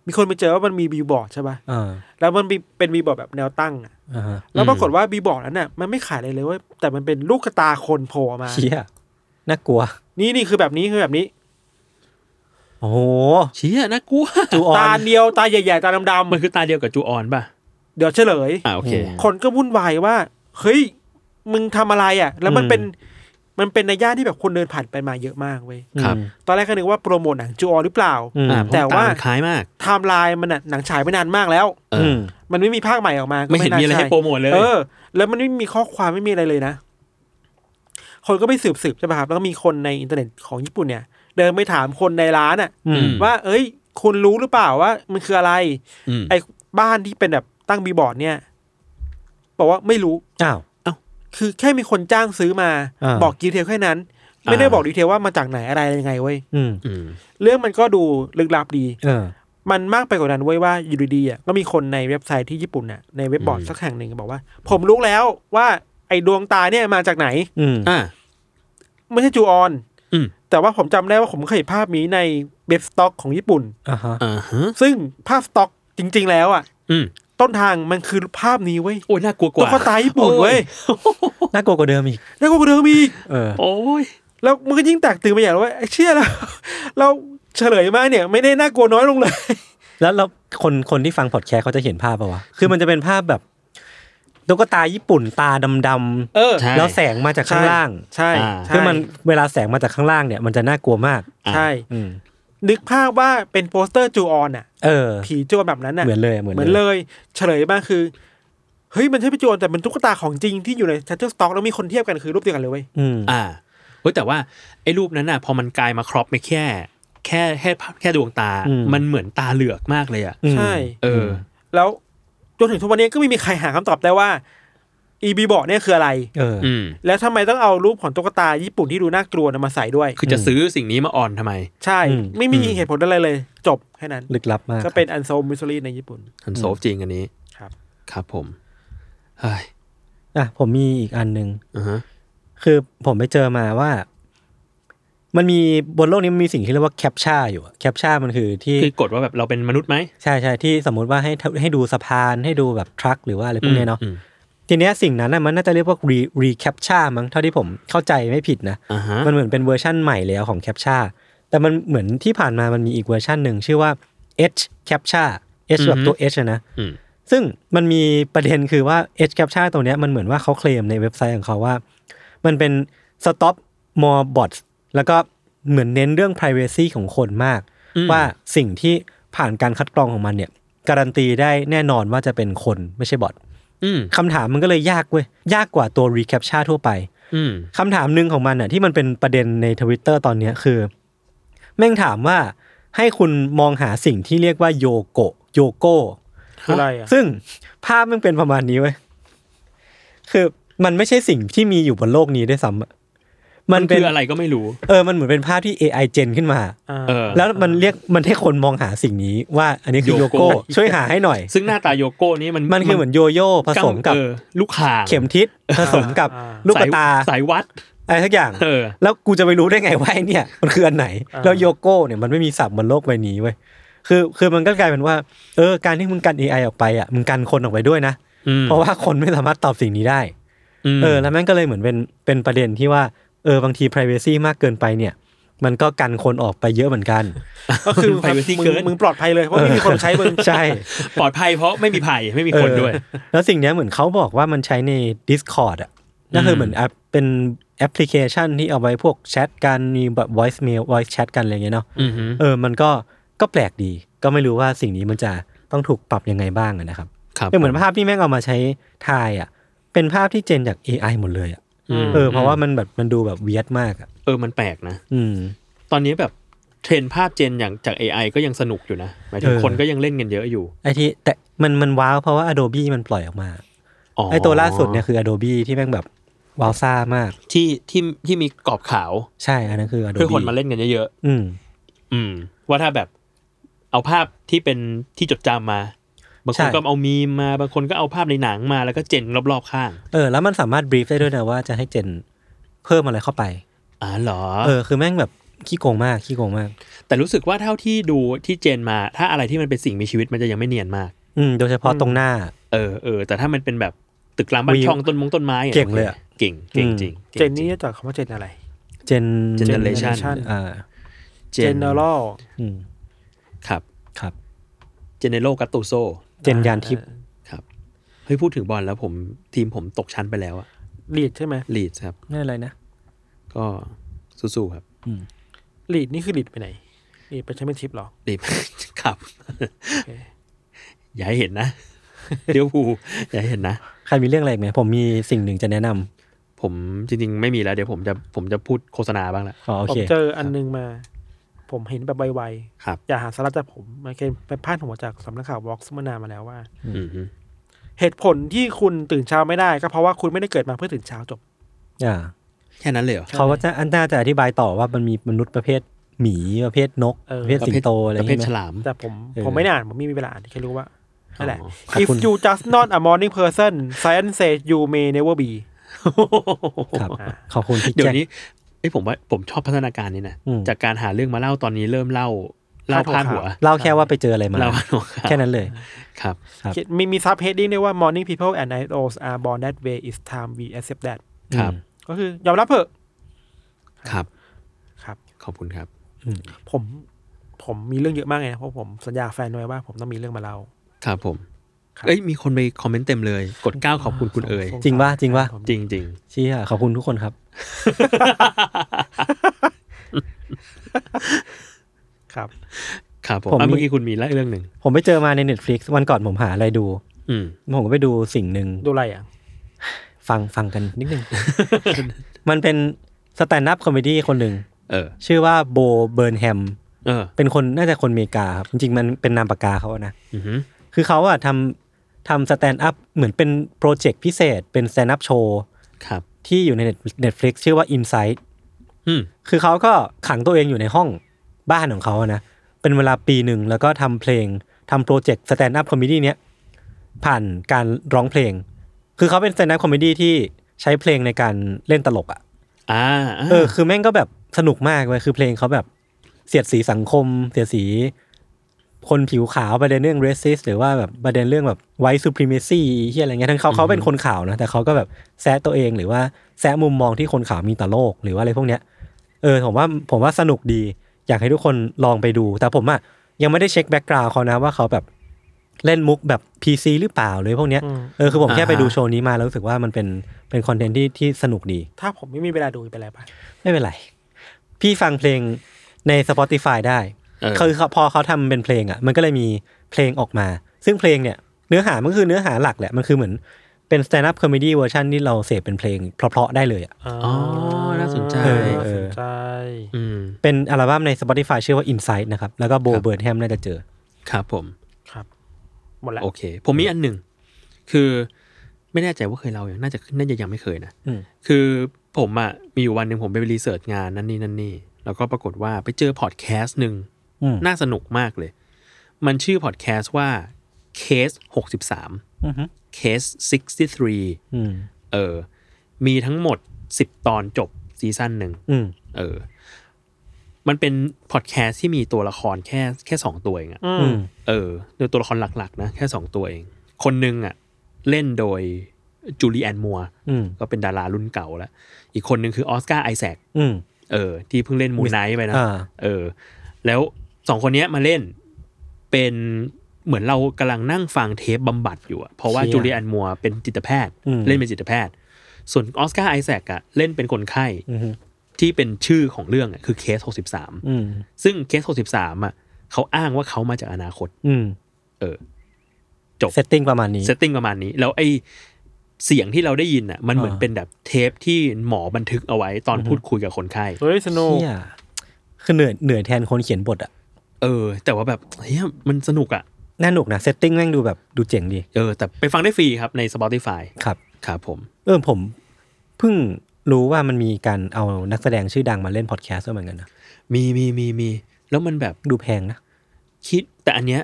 Speaker 4: มีคนไปเจอว่ามันมีบิลบอร์ดใช่ป่ะ
Speaker 2: อ่า
Speaker 4: แล้วมันมีเป็นบิลบอร์ดแบบแนวตั้งอ่ะ
Speaker 2: อ่าฮะ
Speaker 4: แล้วปรากฏว่าบิลบอร์ดนั้นน่ะมันไม่ขายอะไรเลยเว้ยแต่มันเป็นลูกตาคนโผล่ออกมา
Speaker 2: เชี่ยน่ากลัว
Speaker 4: นี่นี่คือแบบนี้คือแบบนี้
Speaker 2: โอ้โห
Speaker 3: เชี่ยนะกลัว
Speaker 2: จูออ
Speaker 4: ตาน เดียวตาใหญ่ๆ ตาด
Speaker 3: มันคือตาเดียวกับจูออนป่ะ
Speaker 4: ำๆเดี๋ยวเฉลย
Speaker 3: อ่าโอเค
Speaker 4: คนก็วุ่นวายว่า เฮ้ย มึงทำอะไรอ่ะ แล้วมัน
Speaker 2: อืม
Speaker 4: เป็นมันเป็นในย่านที่แบบคนเดินผ่านไปมาเยอะมากเว้ย
Speaker 3: ครับ
Speaker 2: อืม
Speaker 4: ตอนแรกก็นึกว่าโปรโมทหนังจูออหรือเปล่า
Speaker 2: อืม
Speaker 3: อ่าเพระ
Speaker 4: แต่ว่า
Speaker 3: ตมนคล้ายมาก
Speaker 4: ไทม์ไลน์มันน่ะหนังฉายไปนานมากแล้ว
Speaker 3: เอ
Speaker 2: อื
Speaker 3: อ
Speaker 2: ม
Speaker 4: มันไม่มีภาคใหม่ออกมาก็
Speaker 3: ไม่เห็นมีอะไร
Speaker 4: า
Speaker 3: ให้โปรโมทเลย
Speaker 4: เออ แล้วมันไม่มีข้อความไม่มีอะไรเลยนะ คนก็ไปสืบสืบใช่ป่ะครับแล้วก็มีคนในอินเทอร์เน็ตของญี่ปุ่นเนี่ย เดินไปถามคนในร้านอ่ะ
Speaker 2: อืม
Speaker 4: ว่า เอ้ย คุณรู้หรือเปล่าว่า มันคืออะไร
Speaker 3: ม
Speaker 4: ไอ้บ้านที่เป็นแบบตั้งบีบอร์ดเนี่ย บอกว่าไม่รู้
Speaker 2: อ้าว
Speaker 4: คือแค่มีคนจ้างซื้อมา
Speaker 2: อ่า
Speaker 4: บอกดีเทลแค่นั้น ไม่ได้บอกดีเทลว่ามาจากไหนอะไรยังไงเว้ย
Speaker 2: อืม
Speaker 3: อืม
Speaker 4: เรื่องมันก็ดูลึกลับดี
Speaker 2: เออ
Speaker 4: มันมากไปกว่านั้นเว้ยว่าอยู่ดีๆอ่ะก็มีคนในเว็บไซต์ที่ญี่ปุ่นน่ะในเว็บบอร์ดสักแห่งหนึ่งบอกว่า ผมรู้แล้วว่าไอ้ดวงตาเนี่ยมาจากไหน
Speaker 2: อืม
Speaker 3: อ่า
Speaker 4: ไม่ใช่จูออน
Speaker 3: อืม
Speaker 4: แต่ว่าผมจำได้ว่าผมเคยเห็นภาพนี้ในเว็บสต็อกของญี่ปุ่น
Speaker 2: อ่าฮะ
Speaker 3: อ่าฮะ
Speaker 4: ซึ่งภาพสต็อกจริง ๆ แล้วอ่ะ
Speaker 3: อืม
Speaker 4: ต้นทางมันคือภาพนี้เว้ย
Speaker 3: โอ้ยน่ากลัวก
Speaker 4: ตุ๊
Speaker 3: ว่าก
Speaker 4: ตาญี่ปุ่นเว้ย
Speaker 2: น่ากลัวกว่าเดิมอีก
Speaker 4: แล้วก็เดิมอีก
Speaker 2: เออ
Speaker 3: โอ้ย
Speaker 4: แล้วมันก็ยิ่งแตกตื่นไปใหญ่เลยว่าไอ้เชี่ยเราเราเฉลยมาเนี่ย ไม่ได้น่ากลัวน้อยลงเลย
Speaker 2: แล้วเราคนคนที่ฟังพอดแคสต์เขาจะเห็นภาพปะวะ คือมันจะเป็นภาพแบบตุ๊กตาญี่ปุ่นตาดำ
Speaker 4: เออ
Speaker 3: ใช่
Speaker 2: ๆแล้วแสงมาจากข้างล่าง
Speaker 4: ใช่
Speaker 3: อ่า
Speaker 4: ใช่
Speaker 2: คือมันเวลาแสงมาจากข้างล่างเนี่ย มันจะน่ากลัวมาก
Speaker 4: ใช่
Speaker 2: อืม
Speaker 4: นึกภาพว่าเป็นโปสเตอร์จูออนอ่ะ
Speaker 2: เออ
Speaker 4: ผีจูออนแบบนั้นน่ะ
Speaker 2: เหมือนเลยเหมือน
Speaker 4: เหมือนเลย เฉลยมาคือ เฮ้ยมันใช่เป็นจูออนแต่เป็นตุ๊กตาของจริงที่อยู่ในชัตเตอร์สต็อกแล้วมีคนเทียบกันคือรูปเดียวกันเลยเว้ย
Speaker 2: อืม
Speaker 3: อ่าเฮ้ยแต่ว่าไอ้รูปนั้นน่ะ พอมันกลายมาครอปไม่แค่ แค่แค่แค่ดวงตา มันเหมือนตาเหลือกมากเลยอ่ะ
Speaker 2: อืม
Speaker 4: ใช่
Speaker 3: เออ
Speaker 4: แล้วจนถึงทุกวันนี้ก็ไม่มีใครหาคำตอบได้ว่าอีบีบอกเนี่ยคืออะไร
Speaker 2: เอออ
Speaker 3: อืม
Speaker 4: แล้วทำไมต้องเอารูปของตุ๊กตาญี่ปุ่นที่ดูน่ากลัวนะมาใส่ด้วย
Speaker 3: คือจะซื้อสิ่งนี้มาออนทำไม
Speaker 4: ใช่ ไม่มีเหตุผลอะไรเลย จบแค่นั้น
Speaker 2: ลึกลับมาก
Speaker 4: ก็เป็นอันโซมิสซรีในญี่ปุ่น
Speaker 3: อันโซฟจริงอันนี้
Speaker 4: ครับ
Speaker 3: ครับผมเฮ้ย
Speaker 2: อ่ะผมมีอีกอันหนึ่ง
Speaker 3: อือฮะ
Speaker 2: คือผมไปเจอมาว่า มันมีบนโลกนี้มันมีสิ่งที่เรียกว่าแคปชาอยู่แคปชามันคือที่
Speaker 3: คือกดว่าแบบเราเป็นมนุษย์ไหม
Speaker 2: ใช่ใช่ที่สมมุติว่าให้ทำให้ดูสะพานให้ดูแบบทรัคหรือว่าอะไรพวกเนี้ยเนาะ
Speaker 3: อืม
Speaker 2: ทีเนี้ยสิ่งนั้นน่ะมันน่าจะเรียกว่ารีรีแคปชามั้งเท่าที่ผมเข้าใจไม่ผิดนะ
Speaker 3: อ่าฮะ
Speaker 2: มันเหมือนเป็นเวอร์ชั่นใหม่แล้วของแคปชาแต่มันเหมือนที่ผ่านมามันมีอีกเวอร์ชั่นหนึ่งชื่อว่า H Captcha H แบบตัว H อะนะ
Speaker 3: อืม
Speaker 2: ซึ่งมันมีประเด็นคือว่า Edge Capture ตัวเนี้ยมันเหมือนว่าเขาเคลมในเว็บไซต์ของเขาว่า มันเป็น stop more bots แล้วก็เหมือนเน้นเรื่อง privacy ของคนมาก ว่าสิ่งที่ผ่านการคัดกรองของมันเนี่ย การันตีได้แน่นอนว่าจะเป็นคนไม่ใช่บอท
Speaker 3: อืม
Speaker 2: คำถามมันก็เลยยากเว้ย ยากกว่าตัว recaptcha ทั่วไป
Speaker 3: อืม
Speaker 2: คำถามหนึ่งของมันอ่ะที่มันเป็นประเด็นในทวิตเตอร์ตอนเนี้ยคือ แม่งถามว่าให้คุณมองหาสิ่งที่เรียกว่าโยโกะโยโก
Speaker 4: คืออะไรอ่ะ
Speaker 2: ซึ่งภาพมันเป็นประมาณนี้เว้ย คือมันไม่ใช่สิ่งที่มีอยู่บนโลกนี้ด้วยซ้ำอะ
Speaker 3: มัน
Speaker 2: เป็
Speaker 3: คืออะไรก็ไม่รู้
Speaker 2: เออ มันเหมือนเป็นภาพที่ AI เจนขึ้นมา
Speaker 4: อ่า
Speaker 3: เออ
Speaker 2: แล้วมันเรียกมันให้คนมองหาสิ่งนี้ว่าอันนี้คือโย
Speaker 3: โยโก้
Speaker 2: โก้ช่วยหาให้หน่อย
Speaker 3: ซึ่งหน้าตาโยโก้นี้มัน
Speaker 2: มันคือเหมือนโยโย่ผสมกับ
Speaker 3: เออลูกข่าง
Speaker 2: เข็มทิศผสมกับลูกกระตา
Speaker 3: สยสายวัด
Speaker 2: อะไรทักอย่าง
Speaker 3: เออ
Speaker 2: แล้วกูจะไปรู้ได้ไงว่าไอ้เนี่ย มันคืออันไหน แล้วโยโก้เนี่ยมันไม่มีศัพท์บนโลกใบนี้เว้ย คือคือมันก็กลายเป็นว่า เออการที่มึงกัน AI ออกไปอ่ะมึงกันคนออกไปด้วยนะ
Speaker 3: อืม
Speaker 2: เพราะว่าคนไม่สามารถตอบสิ่งนี้ได้
Speaker 3: ม
Speaker 2: เออ แล้วแม่งก็เลยเหมือนเป็นเป็นประเด็นที่ว่า เออบางที p r i เวซีมากเกินไปเนี่ย มันก็กันคนออกไปเยอะเหมือนกัน
Speaker 4: ก็คือ
Speaker 3: ไปเวที
Speaker 4: มึง
Speaker 3: เกิน
Speaker 4: มึงปลอดภัยเลยเพราะไม่มีคนใช้มึง
Speaker 2: ใช่
Speaker 3: ปลอดภัยเพราะไม่มีภัยไม่มีคนด้วย
Speaker 2: เออแล้วสิ่งเนี้ยเหมือนเขาบอกว่ามันใช้ใน Discord อ่ะก็คือเหมือนแอปเป็นแอปพลิเคชันที่เอาไว้พวกแชทกันมีแบบ voice mail voice chat กันอะไรอย่างเงี้ยเนาะ
Speaker 3: อือฮึ
Speaker 2: เออมันก็ก็แปลกดี ก็ไม่รู้ว่าสิ่งนี้มันจะต้องถูกปรับยังไงบ้างอะนะครับ
Speaker 3: ครับ
Speaker 2: ก็เหมือนภาพที่แม่งเอามาใช้ทายอ่ะเป็นภาพที่เจนจาก AI หมดเลยอ่ะ
Speaker 3: ม
Speaker 2: เออเพราะว่ามันแบบมันดูแบบเวียดมากอ่ะ
Speaker 3: เออมันแปลกนะ
Speaker 2: อืม
Speaker 3: ตอนนี้แบบเทรนด์ภาพเจนอย่างจาก AI ก็ยังสนุกอยู่นะหมายถึง
Speaker 2: เออ
Speaker 3: คนก็ยังเล่นกันเยอะอยู่
Speaker 2: ไอที่แต่มันมันว้าวเพราะว่า Adobe มันปล่อยออกมา
Speaker 3: อ๋อ
Speaker 2: ไอตัวล่าสุดเนี่ยคือ Adobe ที่แม่งแบบว้าวซ่ามาก
Speaker 3: ที่ที่ที่มีกรอบขาว
Speaker 2: ใช่อันนั้นคือ
Speaker 3: เพื่อ
Speaker 2: Adobe
Speaker 3: คนมาเล่นกันเยอะ
Speaker 2: อืม
Speaker 3: ๆอืม ว่าถ้าแบบเอาภาพที่เป็นที่จดจำมา บาง
Speaker 2: ใช่
Speaker 3: คนก็เอามีมมาบางคนก็เอาภาพในหนังมาแล้วก็เจนรอบๆข้าง
Speaker 2: เออ แล้วมันสามารถ brief ได้ด้วยนะว่าจะให้เจนเพิ่มอะไรเข้าไป
Speaker 3: อ๋อเหรอ
Speaker 2: เออ คือแม่งแบบขี้โกงมาก ขี้โกงมาก
Speaker 3: แต่รู้สึกว่าเท่าที่ดูที่เจนมา ถ้าอะไรที่มันเป็นสิ่งมีชีวิตมันจะยังไม่เนียนมาก
Speaker 2: อืม โดยเฉพาะตรงหน้า
Speaker 3: เออเออแต่ถ้ามันเป็นแบบตึกรามบ้านช่องต้นมงต้นไม้อะ
Speaker 2: เก่งเลยอะ
Speaker 3: เก่งเก่งจริง
Speaker 4: เจ
Speaker 3: ก่ง
Speaker 4: น
Speaker 3: ริ
Speaker 4: นี่
Speaker 3: ง
Speaker 4: จากคำว่าเจนอะไร
Speaker 2: เจน
Speaker 3: Generation
Speaker 2: อ่า
Speaker 4: เจนเนอรัล
Speaker 2: อืม
Speaker 3: ครับ
Speaker 2: ครับ
Speaker 3: เจเนโรกัตตูโซ
Speaker 2: เจนยานทิพย์
Speaker 3: ครับเฮ้ยพูดถึงบอลแล้วผมทีมผมตกชั้นไปแล้วอะ
Speaker 4: ลีดใช่ไหม
Speaker 3: ลีดส์ครับ
Speaker 2: ไม่อะไรนะ
Speaker 3: ก็สู้ๆครับ
Speaker 4: ลีดนี่คือลีดไปไหนลีดไปใช้เป็นทิปหรอ
Speaker 3: ลีด ครับ อย่าให้เห็นนะ เดี๋ยวพูลอย่าให้เห็นนะ
Speaker 2: ใครมีเรื่องอะไรอีกไหม ผมมีสิ่งหนึ่งจะแนะนำ
Speaker 3: ผมจริงๆ ไม่มีแล้ว เดี๋ยวผมจะผมจะพูดโฆษณาบ้างแหละ
Speaker 2: อ๋อโอ
Speaker 4: ผม
Speaker 2: เค
Speaker 4: เจออันนึงมา ผมเห็นแบบไว
Speaker 3: ครับ
Speaker 4: ๆ อย่าหาสาระจากผมมันเคยเป็นพาดหัวจากสำนักข่าววอล์กเมื่อนานมาแล้วว่า
Speaker 3: อืมฮึ
Speaker 4: เหตุผลที่คุณตื่นเช้าไม่ได้ก็เพราะว่าคุณไม่ได้เกิดมาเพื่อตื่นเช้าจบ
Speaker 2: อ่า
Speaker 3: แค่นั้นเลยเหรอ
Speaker 2: เขาก็จะอันน่าจะอธิบายต่อว่ามันมีมนุษย์ประเภทหมีประเภทนก
Speaker 4: เออ
Speaker 2: ประเภทสิงโตอะไรอ
Speaker 3: ป
Speaker 2: ย่า
Speaker 3: ระ
Speaker 2: ง
Speaker 3: เภท
Speaker 2: เงี้
Speaker 3: ฉ
Speaker 2: ย
Speaker 3: ลาม
Speaker 4: แต่ผม
Speaker 2: เออ
Speaker 4: ผมไม่นอ่านผมไม่มีเวลาอ่านแค่รู้ว่านั่นแหละ
Speaker 2: ขอบ
Speaker 4: if
Speaker 2: คุณ
Speaker 4: you just not a morning person science says you may never be
Speaker 2: ครับ ขอบคุณพี่
Speaker 3: เดี๋ย
Speaker 2: แจ็คว
Speaker 3: นี้ อ้ยผมว่าผมชอบพัฒนาการนี่นะ
Speaker 2: อืม
Speaker 3: จากการหาเรื่องมาเล่าตอนนี้เริ่มเล่าเล่าพาดหัว
Speaker 2: เล่าแค่ว่าไปเจออะไรมา
Speaker 3: เล่าพาดหัว
Speaker 2: แค่นั้นเลย
Speaker 3: ครับ
Speaker 2: ครับ
Speaker 4: เขียนมีมีซับเฮดดิ้งด้วยว่า morning people and night owls are born that way it's time we accept that
Speaker 3: ครับ
Speaker 2: อืม
Speaker 4: ก็คือยอมรับเถอะ
Speaker 3: ครับ
Speaker 4: ครับ
Speaker 3: ขอบคุณครับ
Speaker 4: ผมผมมีเรื่องเยอะมากเลยนะ เพราะผมสัญญาแฟนไว้ว่าผมต้องมีเรื่องมาเล่า
Speaker 3: ครับผม
Speaker 4: ครับ
Speaker 3: เอ้ยมีคนไปคอมเมนต์เต็มเลย กดเก้าขอบคุณคุณเอ๋ย
Speaker 2: จริงป่ะจริงป่ะ
Speaker 3: จริงจริง
Speaker 2: เชี่ยขอบคุณทุกคนครับ
Speaker 4: ครับ
Speaker 3: ๆครับผม
Speaker 2: ผม
Speaker 3: อ่ะ
Speaker 2: มี
Speaker 3: เมื่อกี้คุณมีละเรื่องหนึ่ง
Speaker 2: ผมไปเจอมาใน Netflix วันก่อนผมหาอะไรดู
Speaker 3: อืม
Speaker 2: ผมก็ไปดูสิ่งหนึ่ง
Speaker 4: ดูอะไรอ่ะ
Speaker 2: ฟังฟังกันนิดนึง มันเป็นสแตนด์อัพคอมเมดี้คนหนึ่ง
Speaker 3: เออ
Speaker 2: ชื่อว่าโบเบิร์นแฮม
Speaker 3: เออ
Speaker 2: เป็นคนน่าจะคนอเมริกาครับ จริงๆ มันเป็นนามปากกาเขาอะนะ
Speaker 3: อือหือ
Speaker 2: คือเขาอะทำทำสแตนด์อัพเหมือนเป็นโปรเจกต์พิเศษ เป็นสแตนด์อัพโชว์
Speaker 3: ครับ
Speaker 2: ที่อยู่ใน Net- Netflix ชื่อว่า Inside
Speaker 3: อืม
Speaker 2: คือเขาก็ขังตัวเองอยู่ในห้องบ้านของเขาอะนะ เป็นเวลาปีหนึ่งแล้วก็ทำเพลงทำโปรเจกต์สแตนด์อัพคอมเมดี้เนี้ยผ่านการร้องเพลง คือเขาเป็นสแตนด์อัพคอมเมดี้ที่ใช้เพลงในการเล่นตลกอะ
Speaker 3: อ่าา
Speaker 2: เออคือแม่งก็แบบสนุกมากเว้ยคือเพลงเขาแบบเสียดสีสังคม เสียดสี คนผิวขาวประเด็นเรื่อง racist หรือว่าแบบประเด็นเรื่องแบบ white supremacy ที่อะไรเงี้ยทั้งเขาเขาเป็นคนขาวนะ แต่เขาก็แบบแซะตัวเองหรือว่าแซะมุมมองที่คนขาวมีต่อโลกหรือว่าอะไรพวกเนี้ยเออผมว่าผมว่าสนุกดี อยากให้ทุกคนลองไปดู แต่ผมอะยังไม่ได้เช็คแบ็กกราว n d เขานะว่าเขาแบบเล่นมุกแบบ PC หรือเปล่าเลยพวกเนี้ย
Speaker 4: อืม
Speaker 2: เออคือผมแค่ไปดูโชว์นี้มาแล้วรู้สึกว่ามันเป็นเป็นคอนเทนต์ที่ที่สนุกดี
Speaker 4: ถ้าผมไม่มีเวลาดูไปนแล้วปะ
Speaker 2: ไม่เป็นไร พี่ฟังเพลงใน Spotify ได้
Speaker 3: เออ
Speaker 2: คือเขาพอเขาทำเป็นเพลงอ่ะ มันก็เลยมีเพลงออกมา ซึ่งเพลงเนี่ยเนื้อหามันก็คือเนื้อหาหลักแหละ มันคือเหมือนเป็น stand up comedy เวอร์ชันที่เราเสพเป็นเพลงเพราะๆได้เลยอ่ะ
Speaker 3: อ๋อ น่าสนใจ
Speaker 2: เออ
Speaker 4: น่าสนใจ
Speaker 3: อืม
Speaker 2: เป็นอัลบั้มใน Spotify ชื่อว่า Inside นะครับ แล้วก็โบ
Speaker 3: ครับ
Speaker 2: เบิร์ดแฮมน่าจะเจอ
Speaker 3: ครับผม
Speaker 4: ครับ หมดละ
Speaker 3: โอเค ผมมีอันหนึ่ง คือไม่แน่ใจว่าเคยเล่าอย่างน่าจะน่าจะยังไม่เคยนะ
Speaker 2: อืม
Speaker 3: คือผมอ่ะ มีอยู่วันหนึ่งผมไปรีเสิร์ชงานนั่นนี่นั่นนี่ แล้วก็ปรากฏว่าไปเจอพอดแคสต์หนึ่ง
Speaker 2: อืม
Speaker 3: น่าสนุกมากเลย มันชื่อพอดแคสต์ว่าเคสหกสิบสาม
Speaker 2: อือฮึ
Speaker 3: เคส 63
Speaker 2: อืม
Speaker 3: เออ มีทั้งหมดสิบตอนจบซีซั่นหนึ่ง
Speaker 2: อืม
Speaker 3: เออ มันเป็นพอดแคสต์ที่มีตัวละครแค่แค่สองตัวเองอะ
Speaker 2: อืม
Speaker 3: เออโดยตัวละครหลักๆ นะ แค่สองตัวเอง คนหนึ่งอ่ะ เล่นโดยจูเลียนมัว
Speaker 2: อืม
Speaker 3: ก็เป็นดารารุ่นเก่าแล้ว อีกคนหนึ่งคือออสการ์ไอแซค
Speaker 2: อืม
Speaker 3: เออ ที่เพิ่งเล่นมูนไนท์ไปนะ
Speaker 2: อ่า
Speaker 3: เออ แล้วสองคนเนี้ยมาเล่นเป็นเหมือนเรากำลังนั่งฟังเทปบำบัดอยู่อะเพราะว่า
Speaker 2: เชี่ย
Speaker 3: จูเลียนมัวเป็นจิตแพทย์
Speaker 2: อืม
Speaker 3: เล่นเป็นจิตแพทย์ ส่วนออสการ์ไอแซคอะเล่นเป็นคนไข้
Speaker 2: อืม
Speaker 3: ที่เป็นชื่อของเรื่องอะคือเคสหกสิบสาม
Speaker 2: อืม
Speaker 3: ซึ่งเคสหกสิบสามอะเขาอ้างว่าเขามาจากอนาคต
Speaker 2: อืม
Speaker 3: เออ
Speaker 2: เซตติ้งประมาณนี้
Speaker 3: เซตติ้งประมาณนี้ แล้วไอเสียงที่เราได้ยินอ่ะ มันเหมือน
Speaker 2: อ่า
Speaker 3: เป็นแบบเทปที่หมอบันทึกเอาไว้ตอนพูดคุยกับคนไข้
Speaker 4: เฮ้ยสนุก
Speaker 2: เชี่ยคือเหนื่อยเหนื่อยแทนคนเขียนบทอ่ะ
Speaker 3: เออ แต่ว่าแบบเฮ้ยมันสนุกอ่ะ
Speaker 2: น่าหนุกนะเซตติ้งแม่งดูแบบดูเจ๋งดี
Speaker 3: เออ แต่ไปฟังได้ฟรีครับใน Spotify
Speaker 2: ครับ
Speaker 3: ครับผม
Speaker 2: เออผมเพิ่งรู้ว่ามันมีการเอานักแสดงชื่อดังมาเล่นพอดแคสต์ด้วยเหมือนกันนะ
Speaker 3: มีมีมีมี แล้วมันแบบ
Speaker 2: ดูแพงนะ
Speaker 3: คิดแต่อันเนี้ย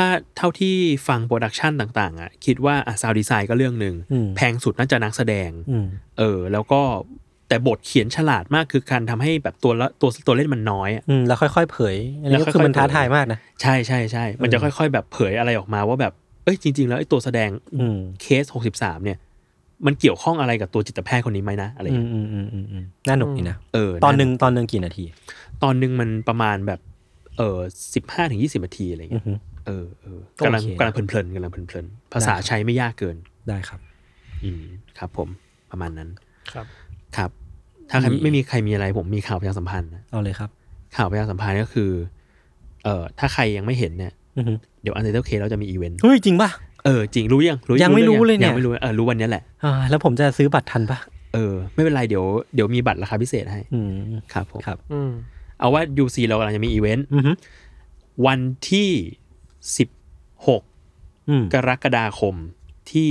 Speaker 3: ถ้าเท่าที่ฟังโปรดักชันต่างๆ อ่ะ คิดว่าอ่ะซาวดีไซน์ก็เรื่องหนึ่ง
Speaker 2: อืม
Speaker 3: แพงสุดน่าจะนักแสดง
Speaker 2: อืม
Speaker 3: เออ แล้วก็แต่บทเขียนฉลาดมากคือการทำให้แบบตัวละตัวตัวเล่นมันน้อยอะ
Speaker 2: อืม แล้วค่อยๆเผยอัน
Speaker 3: แล้
Speaker 2: นี้ก็
Speaker 3: วค่
Speaker 2: คือ
Speaker 3: อยๆ
Speaker 2: มันท้า
Speaker 3: เผย
Speaker 2: ทายมากนะ
Speaker 3: ใช่ใช่ใช่ มันจะค่อยๆ แบบเผยอะไรออกมาว่าแบบ เอ้ยจริง ๆ แล้วไอ้ตัวแสดง
Speaker 2: อืม
Speaker 3: เคส 63 เนี่ย มันเกี่ยวข้องอะไรกับตัวจิตแพทย์คนนี้ไหมนะ อะไร
Speaker 2: อื
Speaker 3: เงี้
Speaker 2: ม
Speaker 3: ย
Speaker 2: อืมอืมอืมอืมน่าหนุกดีนะ
Speaker 3: เออ
Speaker 2: ตอนหนึ่งตอนหนึ่งกี่นาที
Speaker 3: ตอนหนึ่งมันประมาณแบบ เออสิบห้าถึงยี่สิบนาทีอะไร
Speaker 2: อื
Speaker 3: เงี้
Speaker 2: อย ฮึ
Speaker 3: เออเออ
Speaker 2: ก็โอก
Speaker 3: ำลัง
Speaker 2: เค
Speaker 3: กำลังเพลินๆกำลังเพลินๆ ภาษา
Speaker 2: ได้ครับ
Speaker 3: ใช้ไม่ยากเกิน
Speaker 2: ได้ครับ
Speaker 3: อืมครับผมประมาณนั้น
Speaker 4: ครับ
Speaker 3: ครับ ถ้าใคร
Speaker 2: มี
Speaker 3: ไม่มีใครมีอะไรผมมีข่าวประชาสัมพันธ์นะ
Speaker 2: เอาเลยครับ
Speaker 3: ข่าวประชาสัมพันธ์ก็คือ เอ่อถ้าใครยังไม่เห็นเนี่ย
Speaker 2: อือฮึ
Speaker 3: เดี๋ยวอันเดอร์เคเราจะมีอีเวนต์
Speaker 2: เฮ้ย จริงป่ะ
Speaker 3: เออจริงรู้ยัง
Speaker 2: ยังไม่รู้
Speaker 3: อง
Speaker 2: เลยเนี่ย
Speaker 3: งไม่รู้เออรู้วันเนี้ยแหละ
Speaker 2: อ่าแล้วผมจะซื้อบัตรทันป่ะ
Speaker 3: เออไม่เป็นไรเดี๋ยวเดี๋ยวมีบัตรราคาพิเศษให้
Speaker 2: อืม
Speaker 3: ครับผม
Speaker 2: ครับ
Speaker 4: อืม
Speaker 3: เอาว่า UC เรากำลังจะมีอีเวนต์
Speaker 2: อือฮึ
Speaker 3: วันที่ 16
Speaker 2: อืม
Speaker 3: กรกฎาคมที่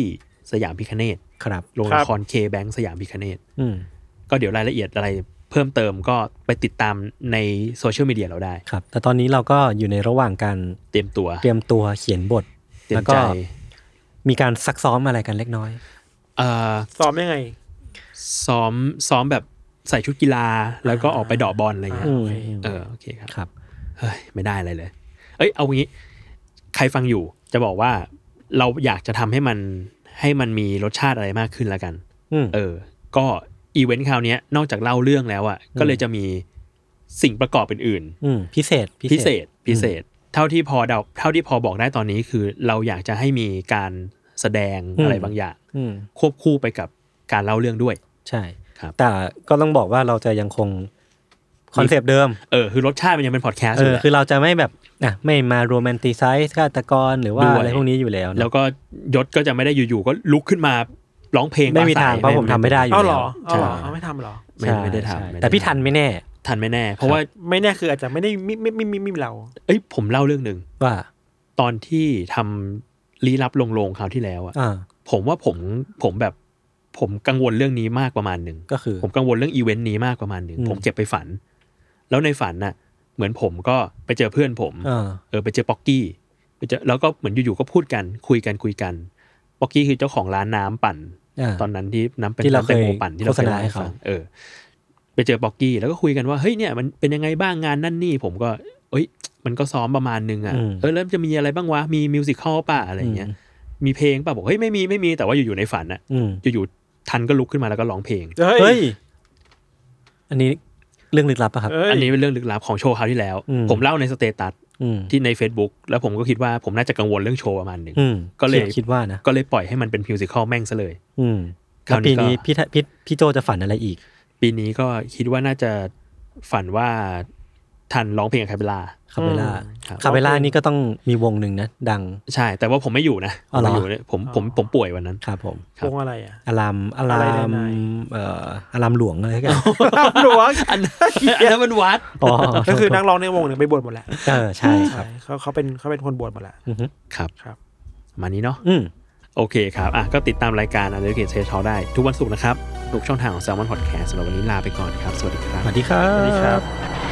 Speaker 3: สยามพิคเนต
Speaker 2: ครับ
Speaker 3: โรง
Speaker 4: ครั
Speaker 3: ละ
Speaker 4: บ
Speaker 3: ครเคแบงสยามพิคเนต
Speaker 2: อืม
Speaker 3: ก็เดี๋ยวรายละเอียดอะไรเพิ่มเติมก็ไปติดตามในโซเชียลมีเดียเราได้
Speaker 2: ครับ แต่ตอนนี้เราก็อยู่ในระหว่างการ
Speaker 3: เตรียมตัว
Speaker 2: เตรียมตัวเขียนบท
Speaker 3: เตรีย
Speaker 2: แล้
Speaker 3: ม
Speaker 2: ว
Speaker 3: ใจ
Speaker 2: ก็มีการซักซ้อมอะไรกันเล็กน้อย
Speaker 3: เอ่อ
Speaker 4: ซ้อมยังไง
Speaker 3: ซ้อมซ้อมแบบ ใส่ชุดกีฬาแล้วก็ออกไปเดอกบอลอะไรเงี้ย
Speaker 2: อืม
Speaker 3: เออโอเคครับ
Speaker 2: ครับ
Speaker 3: เฮ้ยไม่ได้อะไรเลย เอ้ยเอางี้ ใครฟังอยู่จะบอกว่าเราอยากจะทำให้มันให้มันมีรสชาติอะไรมากขึ้นละกัน
Speaker 2: อืม
Speaker 3: เออ ก็อีเวนต์คราวเนี้ยนอกจากเล่าเรื่องแล้วอะ่ะก็เลยจะมีสิ่งประกอบอื่น
Speaker 2: อืม พิเศษ
Speaker 3: ๆพิเศษพิเศษ เท่าที่พอเดาเท่าที่พอบอกได้ตอนนี้คือเราอยากจะให้มีการแสดง
Speaker 2: อืม
Speaker 3: อะไรบางอย่าง
Speaker 2: อืม
Speaker 3: ควบคู่ไปกับการเล่าเรื่องด้วย
Speaker 2: ใช่
Speaker 3: ครับ
Speaker 2: แต่ก็ต้องบอกว่าเราจะยังคงคอนเซปต์เดิม
Speaker 3: เออคือรสชาติมันยังเป็นพอดแคสต์
Speaker 2: เอ
Speaker 3: อยู่
Speaker 2: อ
Speaker 3: แหละ
Speaker 2: คือเราจะไม่แบบอ่ะไม่มาโรแมนติไซส์ฆาตกรหรือว่า
Speaker 3: ด้วย
Speaker 2: อะไรพวกนี้อยู่แล้วเนอะ
Speaker 3: แล้วก็ยศก็จะไม่ได้อยู่ๆก็ลุกขึ้นมาร้องเพลง
Speaker 2: ไม่มี
Speaker 3: ปส
Speaker 2: ทาง
Speaker 3: ย
Speaker 2: เพราะผมทำไม่ได้อยู่
Speaker 4: เอา
Speaker 2: แล้ว
Speaker 4: เหรอเอาเหรอ
Speaker 3: ใช่
Speaker 4: เอาไม่ทำเหรอ
Speaker 3: ไม่
Speaker 2: ใช่
Speaker 3: ไม่ได้
Speaker 2: ใช่
Speaker 3: ทำ
Speaker 2: แต่พี่ทันไม่แน่
Speaker 3: ทันไม่แน่ เพราะว่า
Speaker 4: ไม่แน่คืออาจจะไม่ได้ไม่ไม่ไม่ไม่ไม่มีเรา
Speaker 3: เอ้ยผมเล่าเรื่องหนึ่ง
Speaker 2: ว่า
Speaker 3: ตอนที่ทำลี้ลับลงโลงคราวที่แล้วอะ
Speaker 2: อ่า
Speaker 3: ผมว่าผมผมแบบผมกังวลเรื่องนี้มากประมาณหนึ่ง
Speaker 2: ก็คือ
Speaker 3: ผมกังวลเรื่องอีเวนต์นี้มากประมาณหนึ่ง
Speaker 2: อืม
Speaker 3: ผมเก็บไปฝัน แล้วในฝันน่ะ เหมือนผมก็ไปเจอเพื่อนผม
Speaker 2: อ่า
Speaker 3: เออไปเจอป๊อกกี้ไปเจอแล้วก็เหมือนอยู่ๆก็พูดกันคุยกันคุยกันป๊อกกี้คือเจ้าของร้านน้ำปั่น
Speaker 2: า
Speaker 3: ตอนนั้นที่น้ำเป็น
Speaker 2: ที่เรา
Speaker 3: น้ำเป็น
Speaker 2: เคย
Speaker 3: โมปั่นที่เราเคย
Speaker 2: โฆษณา
Speaker 3: เล่า
Speaker 2: ให้
Speaker 3: ให้
Speaker 2: เขา
Speaker 3: ฟังเออ ไปเจอป๊อกกี้แล้วก็คุยกันว่าเฮ้ยเนี่ยมันเป็นยังไงบ้างงานนั่นนี่ ผมก็ เอ้ย มันก็ซ้อมประมาณนึงอ่ะเออแล้วมันจะมีอะไรบ้างวะมีมิวสิคอลป่ะอะไรอย่างเงี้ยมีเพลงป่ะบอกเฮ้ยไม่มีไม่มีแต่ว่าอยู่ๆในฝันอ่ะ
Speaker 2: อืม
Speaker 3: อยู่ๆทันก็ลุกขึ้นมาแล้วก็ร้องเพลง
Speaker 2: เฮ้ย อันนี้เรื่องลึกลับอะครับ
Speaker 4: เอ้ย
Speaker 3: อันนี้เป็นเรื่องลึกลับของโชว์คราวที่แล้ว
Speaker 2: อืม
Speaker 3: ผมเล่าในสเตตัส
Speaker 2: อืม
Speaker 3: ที่ใน Facebook แล้วผมก็คิดว่าผมน่าจะกังวลเรื่องโชว์ประมาณหนึ่ง
Speaker 2: อืม
Speaker 3: ก็เลย
Speaker 2: คิดคิดว่านะ
Speaker 3: ก็เลยปล่อยให้มันเป็นมิวสิคอลแม่งซะเลย
Speaker 2: อืม
Speaker 3: ค
Speaker 2: แล้
Speaker 3: รา
Speaker 2: ว วปี
Speaker 3: นี้ก็
Speaker 2: นี้พี่ทะพี่พี่โจจะฝันอะไรอีก
Speaker 3: ปีนี้ก็คิดว่าน่าจะฝันว่าทันร้องเพลงกับคาเบลา
Speaker 2: คาเบล่า
Speaker 3: ครับ
Speaker 2: คาเบล่านี่ก็ต้องมีวงหนึ่งนะ ดัง
Speaker 3: ใช่ แต่ว่าผมไม่อยู่นะผ
Speaker 2: อ๋อ
Speaker 3: ม
Speaker 2: เหรอ
Speaker 3: ไม่อยู่เลยผมผมผมป่วยวันนั้น
Speaker 2: ครับผม
Speaker 3: ครับ
Speaker 4: วงอะไรอ่ะ
Speaker 2: อารามอา
Speaker 4: อะไร
Speaker 2: ราม
Speaker 4: นาย
Speaker 2: เอ่ออารามหลวงอะไรกัน
Speaker 4: หลวง
Speaker 3: อันนั้นมันวัด
Speaker 2: อ๋อ
Speaker 4: ก็คือนักร้องในวงเนี่ยไปบวชหมดแล้ว
Speaker 2: เออใช่ครับ
Speaker 4: เขาเขาเป็นเขาเป็นคนบวชหมดแล้ว
Speaker 2: อือฮึ
Speaker 3: ครับ
Speaker 4: ครับ
Speaker 3: ประมาณนี้เนาะ
Speaker 2: อืม
Speaker 3: โอเคครับอ่ะก็ติดตามรายการอันเดอร์เกตเซทอได้ ทุกวันศุกร์นะครับทุกช่องทางของ s ซ l m o n Podcast สำหรับวันนี้ลาไปก่อนครับ สวัสดีครับ
Speaker 2: สวัสดีครับ
Speaker 4: สวัสดีครับ